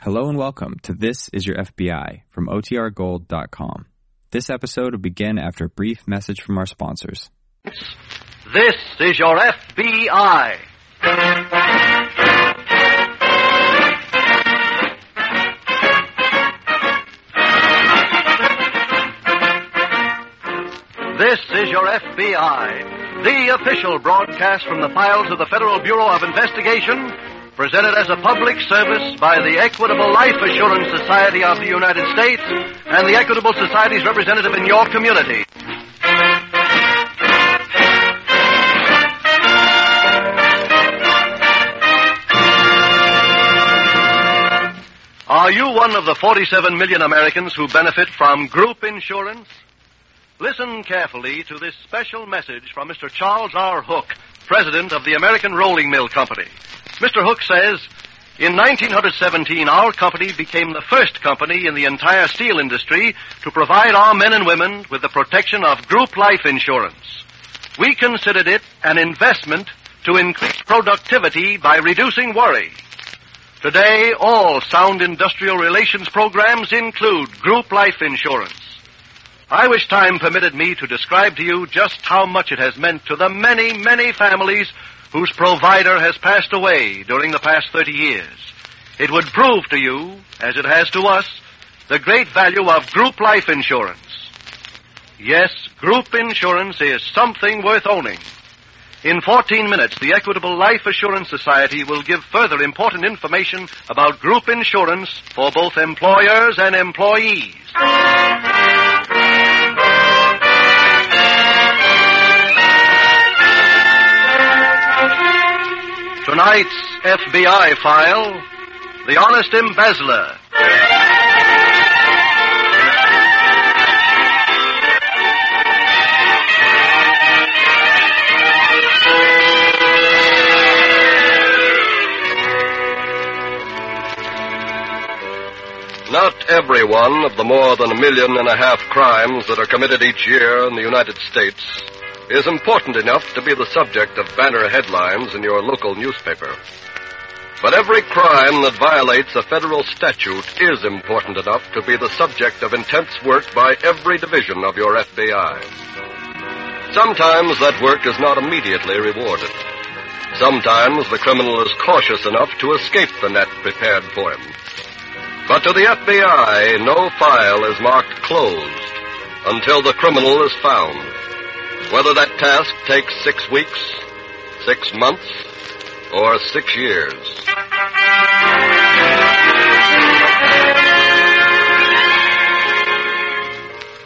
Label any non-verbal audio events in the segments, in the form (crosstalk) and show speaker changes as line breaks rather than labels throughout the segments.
Hello and welcome to This Is Your FBI from OTRGold.com. This episode will begin after a brief message from our sponsors.
This is your FBI. This is your FBI, the official broadcast from the files of the Federal Bureau of Investigation, presented as a public service by the Equitable Life Assurance Society of the United States and the Equitable Society's representative in your community. Are you one of the 47 million Americans who benefit from group insurance? Listen carefully to this special message from Mr. Charles R. Hook, president of the American Rolling Mill Company. Mr. Hook says, in 1917, our company became the first company in the entire steel industry to provide our men and women with the protection of group life insurance. We considered it an investment to increase productivity by reducing worry. Today, all sound industrial relations programs include group life insurance. I wish time permitted me to describe to you just how much it has meant to the many, many families whose provider has passed away during the past 30 years. It would prove to you, as it has to us, the great value of group life insurance. Yes, group insurance is something worth owning. In 14 minutes, the Equitable Life Assurance Society will give further important information about group insurance for both employers and employees. Tonight's FBI file The Honest Embezzler.
Not every one of the more than a million and a half crimes that are committed each year in the United States is important enough to be the subject of banner headlines in your local newspaper. But every crime that violates a federal statute is important enough to be the subject of intense work by every division of your FBI. Sometimes that work is not immediately rewarded. Sometimes the criminal is cautious enough to escape the net prepared for him. But to the FBI, no file is marked closed until the criminal is found. Whether that task takes six weeks, six months, or six years.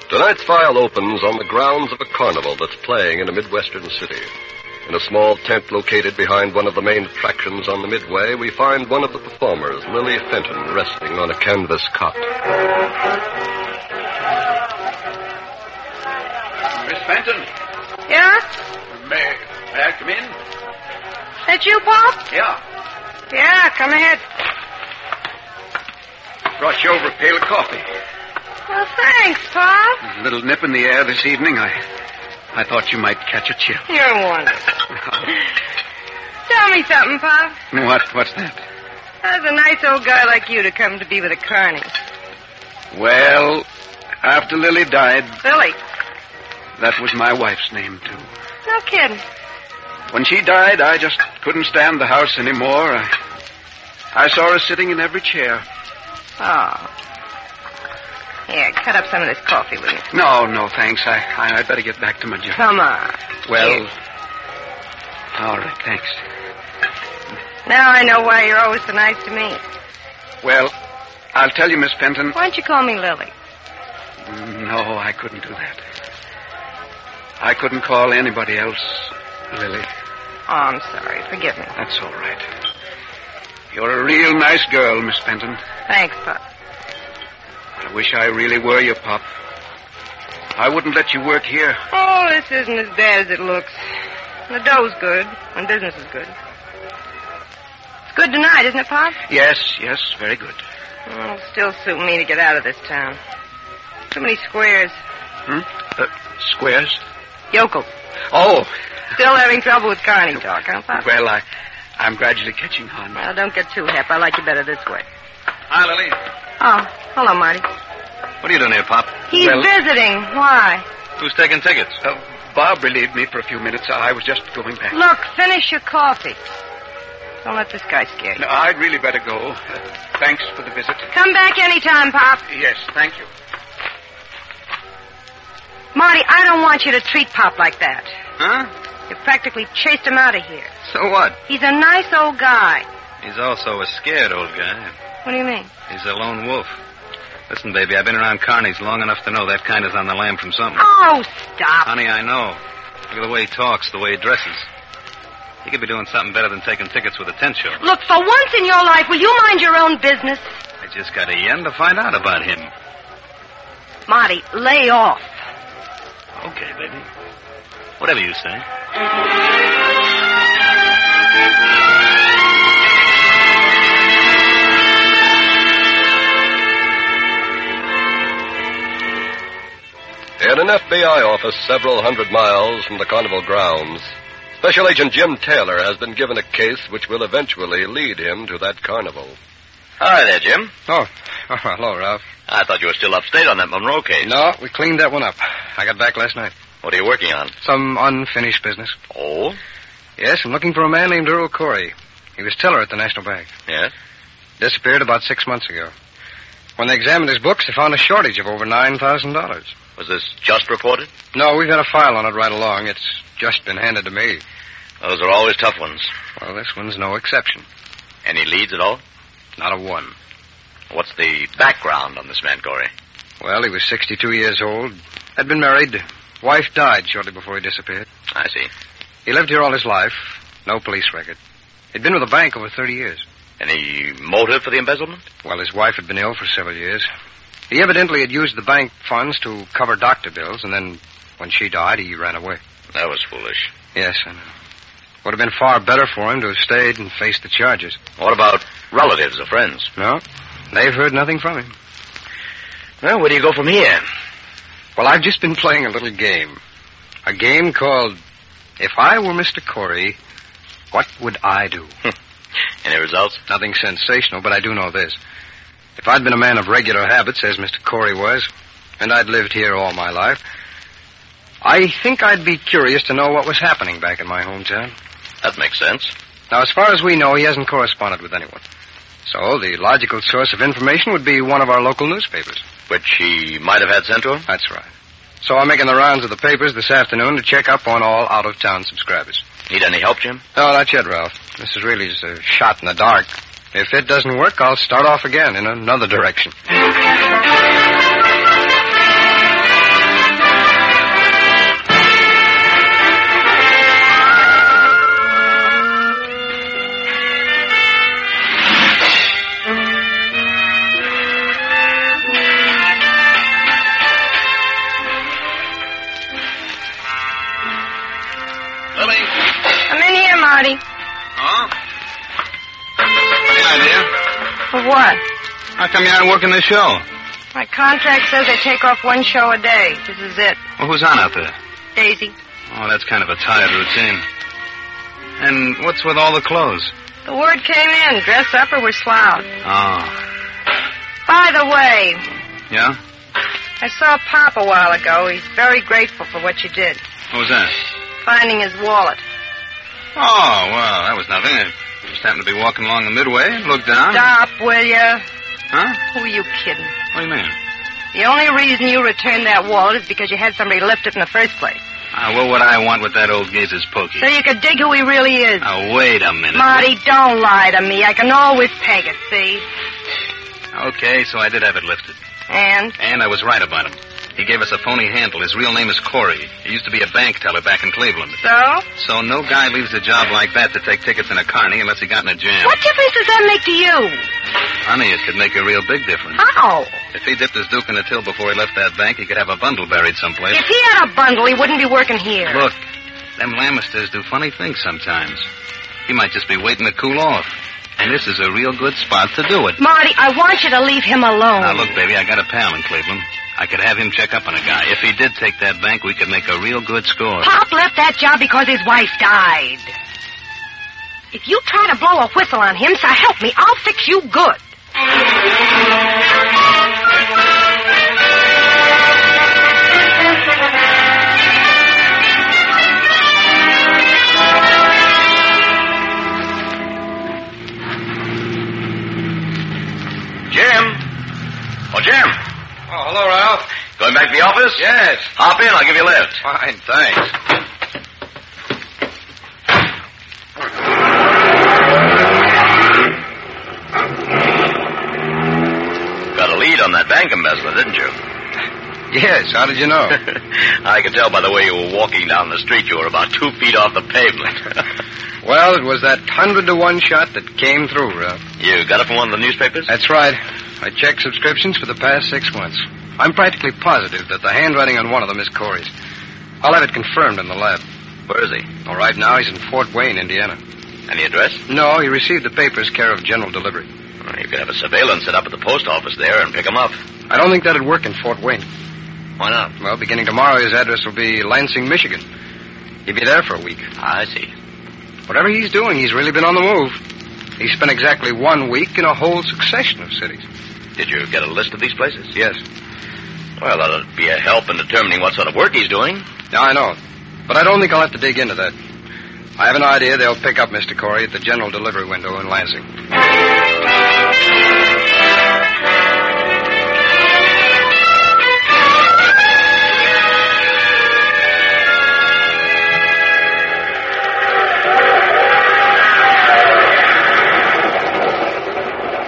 Tonight's file opens on the grounds of a carnival that's playing in a Midwestern city. In a small tent located behind one of the main attractions on the Midway, we find one of the performers, Lily Fenton, resting on a canvas cot.
Miss Fenton,
Yeah?
may, may I come in?
That you, Bob?
Yeah.
Yeah, come ahead.
Brought you over a pail of coffee.
Well, thanks, Bob.
A little nip in the air this evening. I I thought you might catch a chill. (laughs)
You're wonderful. Tell me something, Bob.
what? What's that?
How's a nice old guy like you to come to be with a carny?
Well, after Lily died,
Billy.
that was my wife's name, too.
No kidding.
When she died, I just couldn't stand the house anymore. I, I saw her sitting in every chair.
Oh. Yeah, cut up some of this coffee with me.
No, no, thanks. I, I, I'd better get back to my job.
Come on.
Well, all right, thanks.
Now I know why you're always so nice to me.
Well, I'll tell you, Miss Fenton.
Why don't you call me Lily?
No, I couldn't do that. I couldn't call anybody else Lily.
Oh, I'm sorry. Forgive me.
That's all right. You're a real nice girl, Miss Fenton.
Thanks, Bob.
I wish I really were your pop. I wouldn't let you work here.
Oh, this isn't as bad as it looks. The dough's good, and business is good. It's good tonight, isn't it, Pop?
Yes, yes, very good.
Well, it'll Oh, still suit me to get out of this town. Too many squares.
Hmm? Uh, squares?
Yokel.
Oh,
Still having trouble with Carney talk, huh, Pop?
well, I, I'm gradually catching on.
Well, don't get too hep. I like you better this way.
Hi, Lily.
Oh, hello, Marty.
What are you doing here, Pop?
He's
Well-
visiting. Why?
Who's taking tickets? Uh, Bob relieved me for a few minutes. I was just going back.
Look, finish your coffee. Don't let this guy scare you.
No, I'd really better go. Uh, Thanks for the visit.
Come back anytime, Pop.
Yes, thank you.
Marty, I don't want you to treat Pop like that.
Huh?
You practically chased him out of here.
So what?
He's a nice old guy.
He's also a scared old guy.
What do you mean?
He's a lone wolf. Listen, baby, I've been around carnies long enough to know that kind is on the lam from something.
Oh, stop.
Honey, I know. Look at the way he talks, the way he dresses. He could be doing something better than taking tickets with a tent show.
Look, for once in your life, will you mind your own business?
I just got a yen to find out about him.
Marty, lay off.
Okay, baby. Whatever you say.
In an FBI office several hundred miles from the carnival grounds, Special Agent Jim Taylor has been given a case which will eventually lead him to that carnival.
Hi there, Jim.
Oh, oh, hello, Ralph.
I thought you were still upstate on that Monroe case.
No, we cleaned that one up. I got back last night.
What are you working on?
Some unfinished business.
Oh?
Yes, I'm looking for a man named Earl Corey. He was teller at the National Bank.
Yes?
Disappeared about six months ago. When they examined his books, they found a shortage of over $9,000.
Was this just reported?
No, we've had a file on it right along. It's just been handed to me.
Those are always tough ones.
Well, this one's no exception.
Any leads at all?
Not a one.
What's the background on this man, Corey?
Well, he was 62 years old, had been married. Wife died shortly before he disappeared.
I see.
He lived here all his life. No police record. He'd been with the bank over 30 years.
Any motive for the embezzlement?
Well, his wife had been ill for several years. He evidently had used the bank funds to cover doctor bills, and then when she died, he ran away.
That was foolish.
Yes, I know. Would have been far better for him to have stayed and faced the charges.
What about relatives or friends?
No, they've heard nothing from him.
Well, where do you go from here?
Well, I've just been playing a little game. A game called If I Were Mr. Corey, What Would I Do?
Any results?
Nothing sensational, but I do know this. If I'd been a man of regular habits, as Mr. Corey was, and I'd lived here all my life, I think I'd be curious to know what was happening back in my hometown.
That makes sense.
Now, as far as we know, he hasn't corresponded with anyone. So, the logical source of information would be one of our local newspapers.
Which he might have had sent to him?
That's right. So, I'm making the rounds of the papers this afternoon to check up on all out of town subscribers.
Need any help, Jim?
No, not yet, Ralph. This is really just a shot in the dark. If it doesn't work, I'll start off again in another direction.
Lily?
I'm in here, Marty.
Huh? Any idea?
For what?
How come you aren't working this show?
My contract says I take off one show a day. This is it.
Well, who's on out there?
Daisy,
Oh, that's kind of a tired routine. And what's with all the clothes?
the word came in. Dress up or we're slouched.
Oh,
By the way,
yeah?
I saw Pop a while ago. He's very grateful for what you did,
What was that?
finding his wallet.
Oh, well, that was nothing. I just happened to be walking along the midway, looked down.
Stop, will you?
Huh?
Who are you kidding?
What do you mean?
The only reason you returned that wallet is because you had somebody lift it in the first place.
Ah, what would I want with that old geezer's pokey?
So you could dig who he really is.
Now, wait a minute.
Marty, don't lie to me. I can always peg it, see?
Okay, so I did have it lifted.
And?
And I was right about him. He gave us a phony handle. His real name is Corey. He used to be a bank teller back in Cleveland.
So?
So no guy leaves a job like that to take tickets in a carny unless he got in a jam.
What difference does that make to you?
Honey, it could make a real big difference.
How?
If he dipped his duke in the till before he left that bank, he could have a bundle buried someplace.
If he had a bundle, he wouldn't be working here.
Look, them Lamisters do funny things sometimes. He might just be waiting to cool off. And this is a real good spot to do it.
Marty, I want you to leave him alone.
Now, look, baby, I got a pal in Cleveland. I could have him check up on a guy. If he did take that bank, we could make a real good score.
Pop left that job because his wife died. If you try to blow a whistle on him, so help me, I'll fix you good.
Jim! Oh, Jim!
Oh, hello, Ralph.
Going back to the office?
Yes.
Hop in, I'll give you a lift.
Fine, thanks.
Got a lead on that bank embezzler, didn't you?
Yes, how did you know?
I could tell by the way you were walking down the street you were about two feet off the pavement.
well, it was that hundred to one shot that came through, Ralph.
you got it from one of the newspapers?
That's right. I checked subscriptions for the past six months. I'm practically positive that the handwriting on one of them is Corey's. I'll have it confirmed in the lab.
Where is he?
All right, now he's in Fort Wayne, Indiana.
Any address?
No, he received the papers care of general delivery.
Well, you could have a surveillance set up at the post office there and pick him up.
I don't think that'd work in Fort Wayne.
Why not?
Well, beginning tomorrow, his address will be Lansing, Michigan. He'll be there for a week.
Ah, I see.
Whatever he's doing, he's really been on the move. He spent exactly one week in a whole succession of cities.
Did you get a list of these places?
Yes.
Well, that'll be a help in determining what sort of work he's doing.
Now, I know. But I don't think I'll have to dig into that. I have an idea they'll pick up Mr. Corey at the general delivery window in Lansing.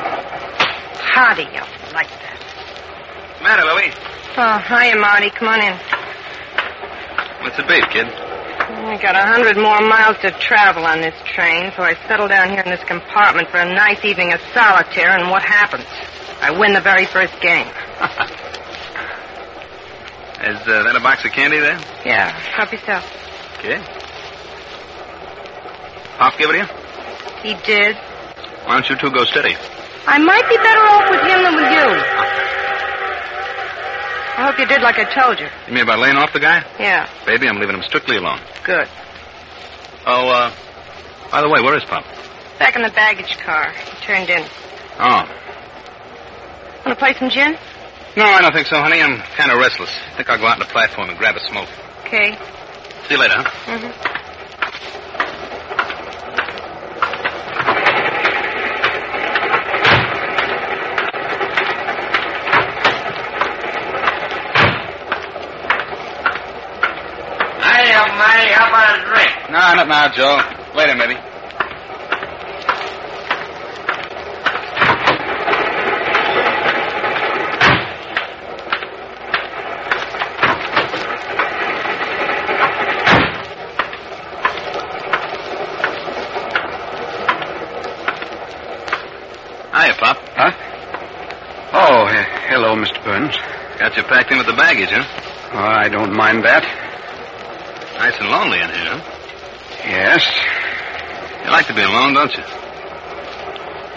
How do you like that?
Matter, Louie?
Oh, hiya, Marty. Come on in.
What's the beef, kid?
I got a hundred more miles to travel on this train, so I settle down here in this compartment for a nice evening of solitaire, and what happens? I win the very first game.
Is uh, that a box of candy there?
Yeah. Help yourself.
Okay. Pop give it to you?
He did.
Why don't you two go steady?
I might be better off with him than with you. I hope you did like I told you.
You mean by laying off the guy?
Yeah,
Baby, I'm leaving him strictly alone.
good.
Oh, uh, by the way, where is Pop?
Back in the baggage car. He turned in.
Oh.
Want to play some gin?
No, I don't think so, honey. I'm kind of restless. I think I'll go out on the platform and grab a smoke.
Okay.
See you later, huh?
Mm-hmm.
Hiya, Matty. How about a drink? No, not now, Joe. Later, maybe. Hiya, Pop.
Huh? Oh, he- hello, Mr. Burns.
Got you packed in with the baggage, huh?
Oh, I don't mind that.
Nice and lonely in here, huh?
Yes,
You like to be alone, don't you?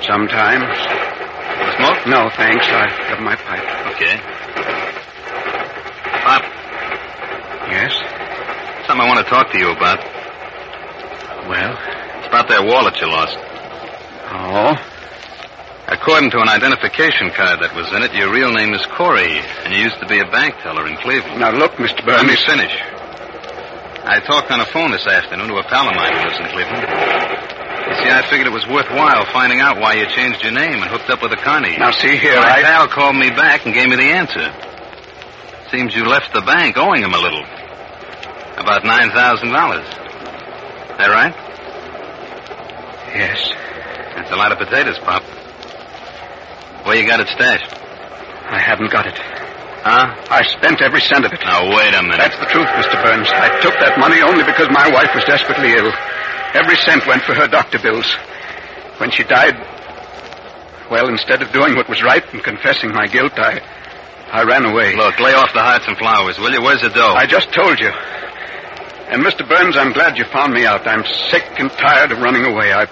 sometimes.
Want a smoke?
No, thanks. I've got my pipe.
Okay. Pop,
Yes?
something I want to talk to you about.
Well?
It's about that wallet you lost.
Oh?
According to an identification card that was in it, your real name is Corey, and you used to be a bank teller in Cleveland.
Now, look, Mr.
Let me
Burns.
finish. I talked on the phone this afternoon to a pal of mine who lives in Cleveland. You see, I figured it was worthwhile finding out why you changed your name and hooked up with a Connie.
Now, see here,
My
I...
pal called me back and gave me the answer. Seems you left the bank owing him a little. About $9,000. That right?
Yes,
That's a lot of potatoes, Pop. Where you got it stashed?
I haven't got it.
Huh?
I spent every cent of it.
Now, wait a minute.
That's the truth, Mr. Burns. I took that money only because my wife was desperately ill. Every cent went for her doctor bills. When she died, well, instead of doing what was right and confessing my guilt, I, I ran away.
Look, lay off the hearts and flowers, will you? Where's the dough?
I just told you. And Mr. Burns, I'm glad you found me out. I'm sick and tired of running away. I,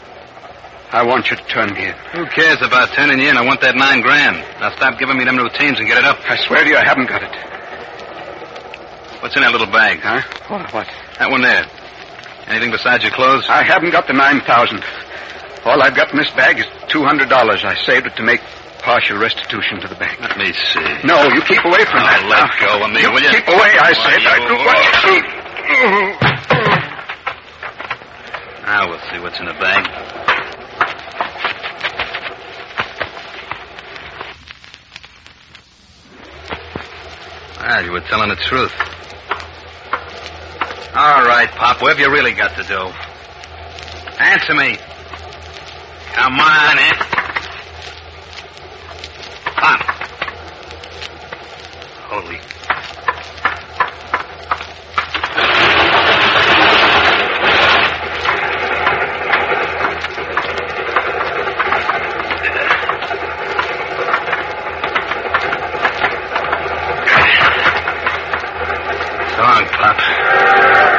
I want you to turn me in.
Who cares about turning you in? I want that nine grand. Now stop giving me them routines and get it up.
I swear to you, I haven't got it.
What's in that little bag?
Huh? What? What?
That one there. Anything besides your clothes?
I haven't got the nine thousand. All I've got in this bag is two hundred dollars. I saved it to make partial restitution to the bank.
Let me see.
No, you keep away from
Now,
that.
let
now.
go of me,
you
will you?
Keep away, I
Why,
say. if I
you-
do what
Now Ah, we'll see what's in the bag. Well, Ah, you were telling the truth. All right, Pop, what have you really got to do? Answer me. Come on, eh? Pop. Holy So long, Pop.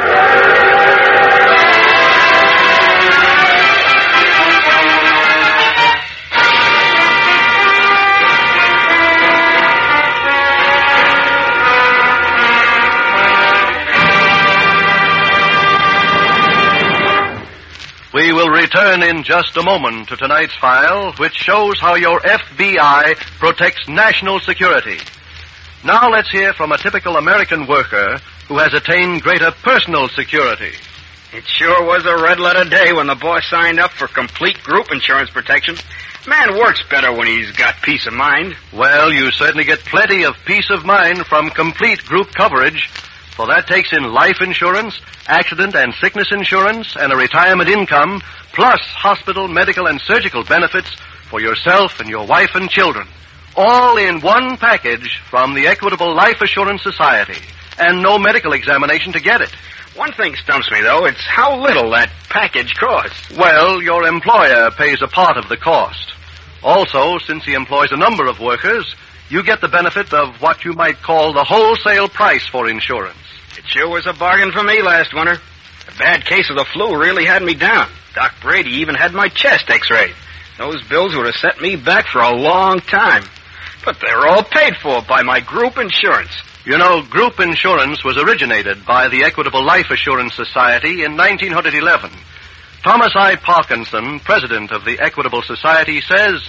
We will return in just a moment to tonight's file, which shows how your FBI protects national security. Now let's hear from a typical American worker who has attained greater personal security.
It sure was a red letter day when the boss signed up for complete group insurance protection. Man works better when he's got peace of mind.
Well, you certainly get plenty of peace of mind from complete group coverage, for that takes in life insurance, accident and sickness insurance, and a retirement income, plus hospital, medical, and surgical benefits for yourself and your wife and children. All in one package from the Equitable Life Assurance Society, and no medical examination to get it.
One thing stumps me, though. It's how little that package costs.
Well, your employer pays a part of the cost. Also, since he employs a number of workers, you get the benefit of what you might call the wholesale price for insurance.
It sure was a bargain for me last winter. A bad case of the flu really had me down. Doc Brady even had my chest x-rayed. Those bills would have set me back for a long time. But they're all paid for by my group insurance.
You know, group insurance was originated by the Equitable Life Assurance Society in 1911. Thomas I. Parkinson, president of the Equitable Society, says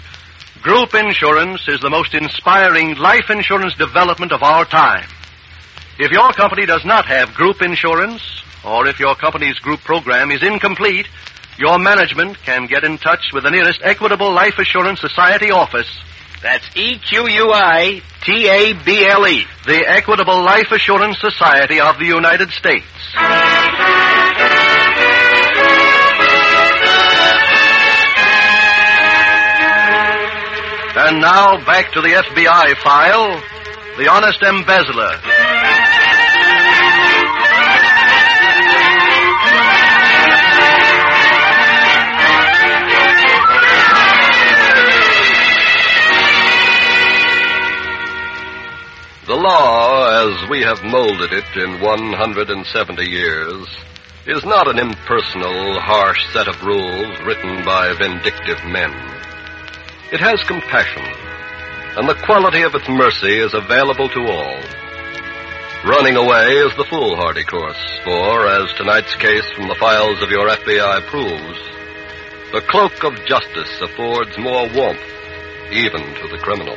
group insurance is the most inspiring life insurance development of our time. If your company does not have group insurance, or if your company's group program is incomplete, your management can get in touch with the nearest Equitable Life Assurance Society office
That's E-Q-U-I-T-A-B-L-E.
the Equitable Life Assurance Society of the United States. And now back to the FBI file The Honest Embezzler.
The law, as we have molded it in 170 years, is not an impersonal, harsh set of rules written by vindictive men. It has compassion, and the quality of its mercy is available to all. Running away is the foolhardy course, for, as tonight's case from the files of your FBI proves, the cloak of justice affords more warmth even to the criminal.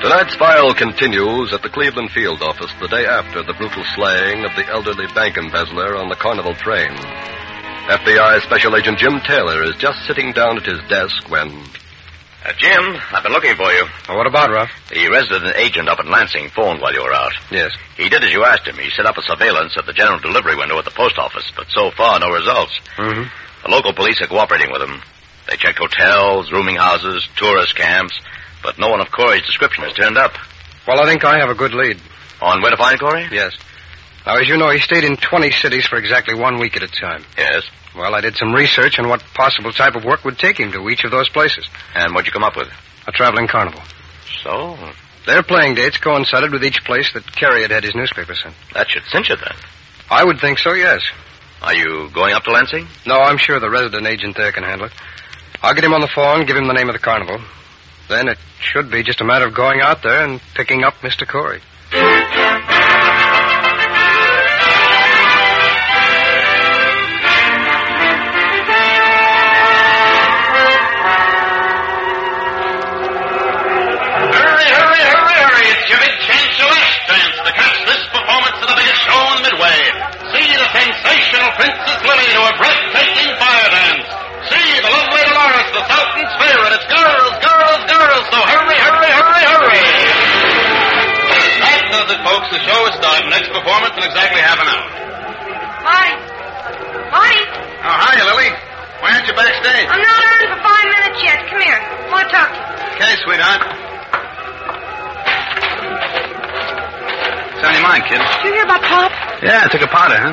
Tonight's file continues at the Cleveland field office the day after the brutal slaying of the elderly bank embezzler on the Carnival train. FBI Special Agent Jim Taylor is just sitting down at his desk when.
Uh, Jim, I've been looking for you.
what about, Ralph?
The resident agent up in Lansing phoned while you were out.
Yes.
He did as you asked him. He set up a surveillance at the general delivery window at the post office, but so far, no results.
Mm-hmm.
The local police are cooperating with him. They checked hotels, rooming houses, tourist camps, but no one of Corey's description has turned up.
Well, I think I have a good lead.
On where to find Corey?
Yes. Now, as you know, he stayed in 20 cities for exactly one week at a time.
Yes.
Well, I did some research on what possible type of work would take him to each of those places.
And what'd you come up with?
A traveling carnival.
So,
Their playing dates coincided with each place that Carey had had his newspaper sent.
that should cinch it then.
I would think so, yes.
Are you going up to Lansing?
No, I'm sure the resident agent there can handle it. I'll get him on the phone, give him the name of the carnival. Then it should be just a matter of going out there and picking up Mr. Corey.
Folks, the show is starting. Next performance in exactly half an hour.
Marty! Marty!
Oh, hiya, Lily. Why aren't you backstage?
I'm not on for five minutes yet. Come here. I want to talk to you.
Okay, sweetheart. It's on your mind, kid.
Did you hear about Pop?
Yeah, I took a powder, huh?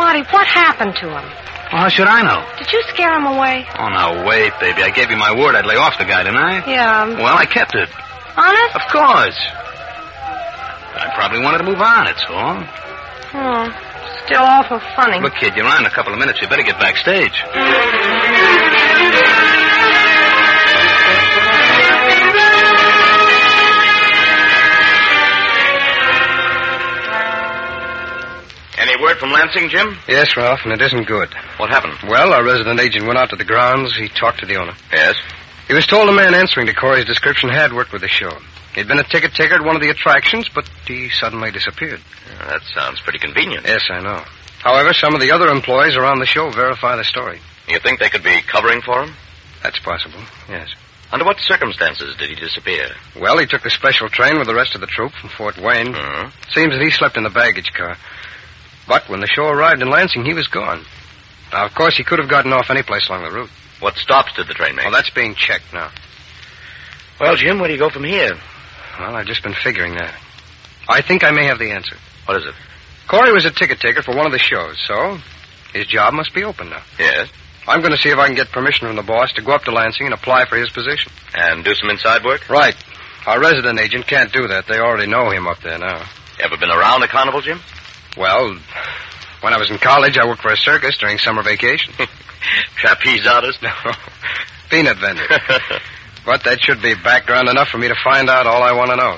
Marty, what happened to him?
Well, how should I know?
Did you scare him away?
Oh, now, wait, baby. I gave you my word I'd lay off the guy, didn't I?
Yeah.
Well, I kept it.
Honest?
Of course. I probably wanted to move on, that's all.
Oh, still awful funny.
Look, kid, you're on in a couple of minutes. You better get backstage.
Any word from Lansing, Jim?
Yes, Ralph, and it isn't good.
What happened?
Well, our resident agent went out to the grounds. He talked to the owner.
Yes.
He was told a man answering to Corey's description had worked with the show. He'd been a ticket taker at one of the attractions, but he suddenly disappeared.
That sounds pretty convenient.
Yes, I know. However, some of the other employees around the show verify the story.
You think they could be covering for him?
That's possible, yes.
Under what circumstances did he disappear?
Well, he took the special train with the rest of the troop from Fort Wayne.
Hmm.
Seems that he slept in the baggage car. But when the show arrived in Lansing, he was gone. Now, of course, he could have gotten off any place along the route.
What stops did the train make?
Well, that's being checked now.
Well, Jim, where do you go from here?
Well, I've just been figuring that. I think I may have the answer.
What is it?
Corey was a ticket taker for one of the shows, so his job must be open now.
Yes.
I'm going to see if I can get permission from the boss to go up to Lansing and apply for his position.
And do some inside work?
Right. Our resident agent can't do that. They already know him up there now.
Ever been around a carnival, Jim?
Well, when I was in college, I worked for a circus during summer vacation.
Trapeze artist? No.
(laughs) Peanut vendor. but that should be background enough for me to find out all I want to know.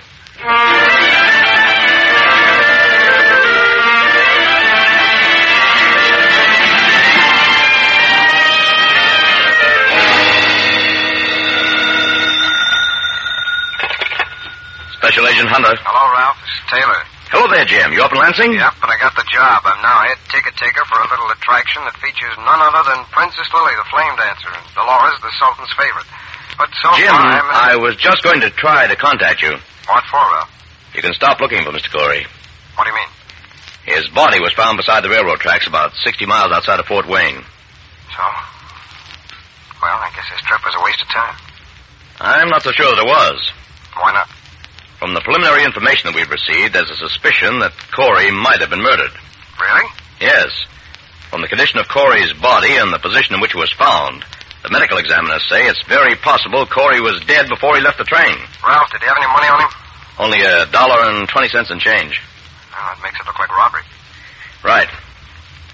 Special Agent Hunter.
Hello, Ralph. It's Taylor.
Hello there, Jim. You up in Lansing?
Yep, but I got the job. I'm now head ticket taker for a little attraction that features none other than Princess Lily, the flame dancer, and Dolores, the Sultan's favorite. But so
Jim,
far, I'm.
I was just going to try to contact you.
What for, Ralph?
You can stop looking for Mr. Corey.
What do you mean?
His body was found beside the railroad tracks about 60 miles outside of Fort Wayne.
So? Well, I guess this trip was a waste of time.
I'm not so sure that it was.
Why not?
From the preliminary information that we've received, there's a suspicion that Corey might have been murdered.
Really?
Yes. From the condition of Corey's body and the position in which it was found, the medical examiners say it's very possible Corey was dead before he left the train.
Ralph, did you have any money on him?
Only a dollar and twenty cents in change.
Well, that makes it look like robbery.
Right.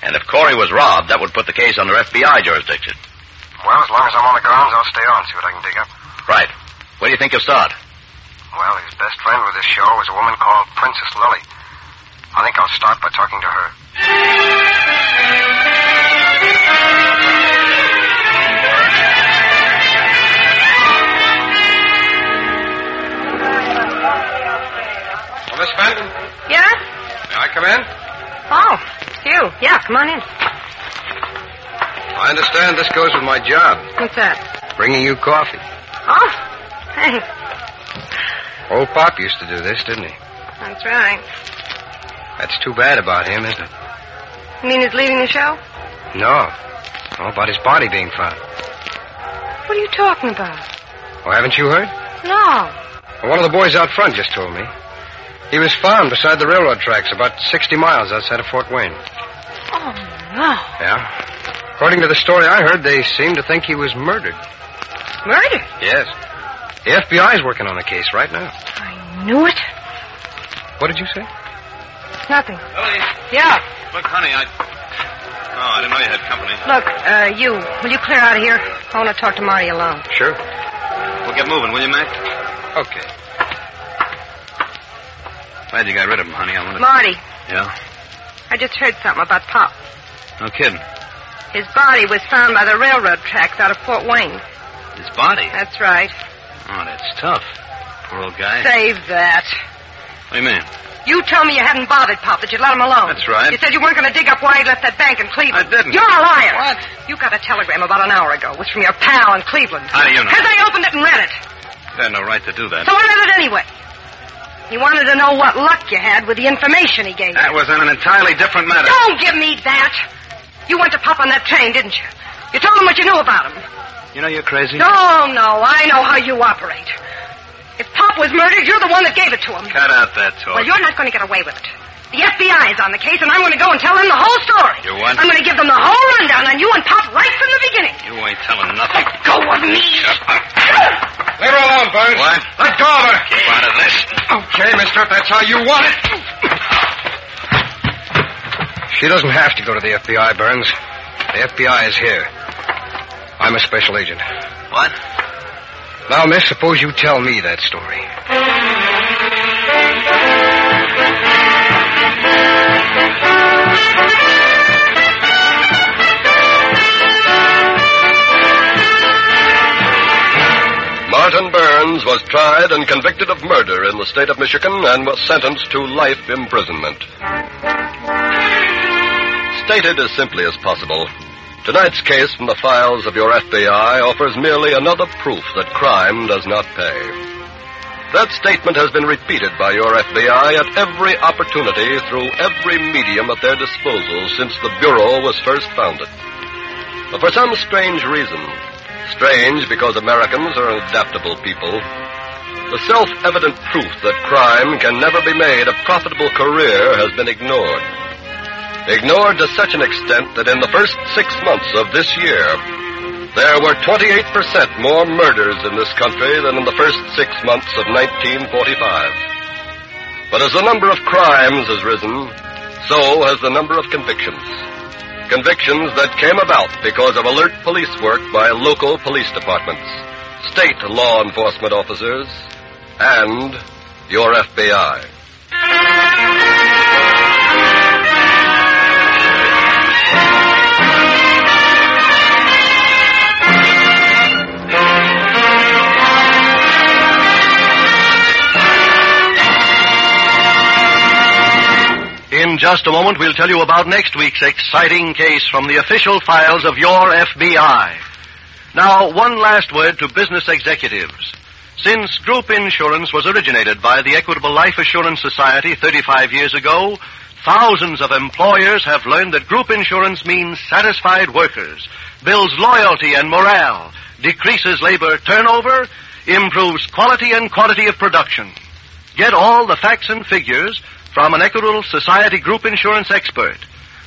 And if Corey was robbed, that would put the case under FBI jurisdiction.
Well, as long as I'm on the grounds, I'll stay on, see what I can dig up.
Right. Where do you think you'll start?
Well, his best friend with this show was a woman called Princess Lily. I think I'll start by talking to her. Well, Miss Fenton,
Yes?
may I come in?
Oh, it's you. Yeah, come on in.
I understand this goes with my job,
What's that?
bringing you coffee.
Oh, thanks.
Old Pop used to do this, didn't he?
That's right.
That's too bad about him, isn't it?
You mean he's leaving the show?
No. Oh, about his body being found.
What are you talking about?
Oh, haven't you heard?
No.
Well, one of the boys out front just told me. He was found beside the railroad tracks about 60 miles outside of Fort Wayne.
Oh, no.
Yeah? According to the story I heard, they seem to think he was murdered.
Murder?
Yes. The FBI's working on the case right now.
I knew it.
What did you say?
Nothing.
Lily,
Yeah.
look, honey, I. Oh, I didn't know you had company.
Look, uh, you, will you clear out of here? I want to talk to Marty alone.
Sure.
We'll get moving, will you, Mac?
Okay.
Glad you got rid of him, honey. I wanted.
Marty,
Yeah.
I just heard something about Pop.
No kidding.
His body was found by the railroad tracks out of Fort Wayne.
His body.
That's right.
Oh, that's tough. Poor old guy.
Save that.
What do you mean?
You told me you hadn't bothered Pop, that you'd let him alone.
That's right.
You said you weren't going to dig up why he left that bank in Cleveland.
I didn't.
You're a liar.
What?
You got a telegram about an hour ago. It was from your pal in Cleveland.
How do you know?
Because I opened it and read it.
They had no right to do that.
So I read it anyway. He wanted to know what luck you had with the information he gave you.
That was on an entirely different matter.
Don't give me that. You went to Pop on that train, didn't you? You told him what you knew about him.
You know you're crazy.
No, no, I know how you operate. If Pop was murdered, you're the one that gave it to him.
Cut out that talk.
Well, you're not going to get away with it. The FBI is on the case, and I'm going to go and tell them the whole story.
You what?
I'm going to give them the whole rundown on you and Pop right from the beginning.
You ain't telling nothing.
Let go of me.
Leave her alone, Burns.
What?
Let go of her.
Keep out of this.
Okay, mister, if that's how you want it. She doesn't have to go to the FBI, Burns. The FBI is here. I'm a special agent.
What?
Now, miss, suppose you tell me that story.
Martin Burns was tried and convicted of murder in the state of Michigan and was sentenced to life imprisonment. Stated as simply as possible, tonight's case from the files of your FBI offers merely another proof that crime does not pay. That statement has been repeated by your FBI at every opportunity through every medium at their disposal since the Bureau was first founded. But for some strange reason, strange because Americans are an adaptable people, the self evident truth that crime can never be made a profitable career has been ignored. Ignored to such an extent that in the first six months of this year, there were 28% more murders in this country than in the first six months of 1945. But as the number of crimes has risen, so has the number of convictions convictions that came about because of alert police work by local police departments, state law enforcement officers, and your FBI.
In just a moment, we'll tell you about next week's exciting case from the official files of your FBI. Now, one last word to business executives. Since group insurance was originated by the Equitable Life Assurance Society 35 years ago, thousands of employers have learned that group insurance means satisfied workers, builds loyalty and morale, decreases labor turnover, improves quality and quantity of production. Get all the facts and figures from an Equitable Society group insurance expert.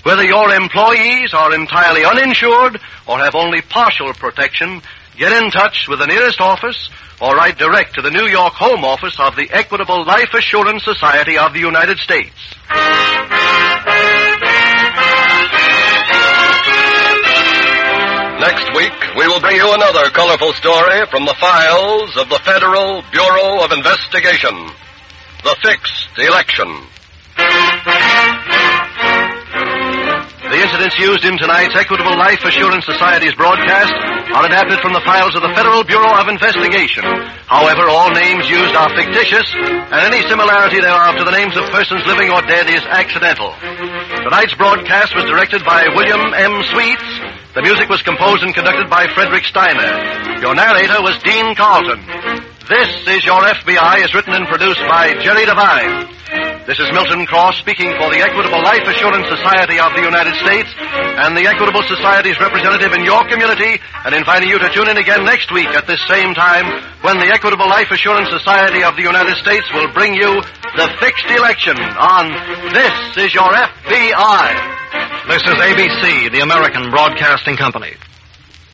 Whether your employees are entirely uninsured or have only partial protection, get in touch with the nearest office or write direct to the New York Home Office of the Equitable Life Assurance Society of the United States.
Next week, we will bring you another colorful story from the files of the Federal Bureau of Investigation The Fixed Election.
The incidents used in tonight's Equitable Life Assurance Society's broadcast are adapted from the files of the Federal Bureau of Investigation. However, all names used are fictitious, and any similarity thereof to the names of persons living or dead is accidental. Tonight's broadcast was directed by William M. Sweets. The music was composed and conducted by Frederick Steiner. Your narrator was Dean Carlton. This is Your FBI is written and produced by Jerry Devine. This is Milton Cross speaking for the Equitable Life Assurance Society of the United States and the Equitable Society's representative in your community and inviting you to tune in again next week at this same time when the Equitable Life Assurance Society of the United States will bring you the fixed election on This is Your FBI.
This is ABC, the American Broadcasting Company.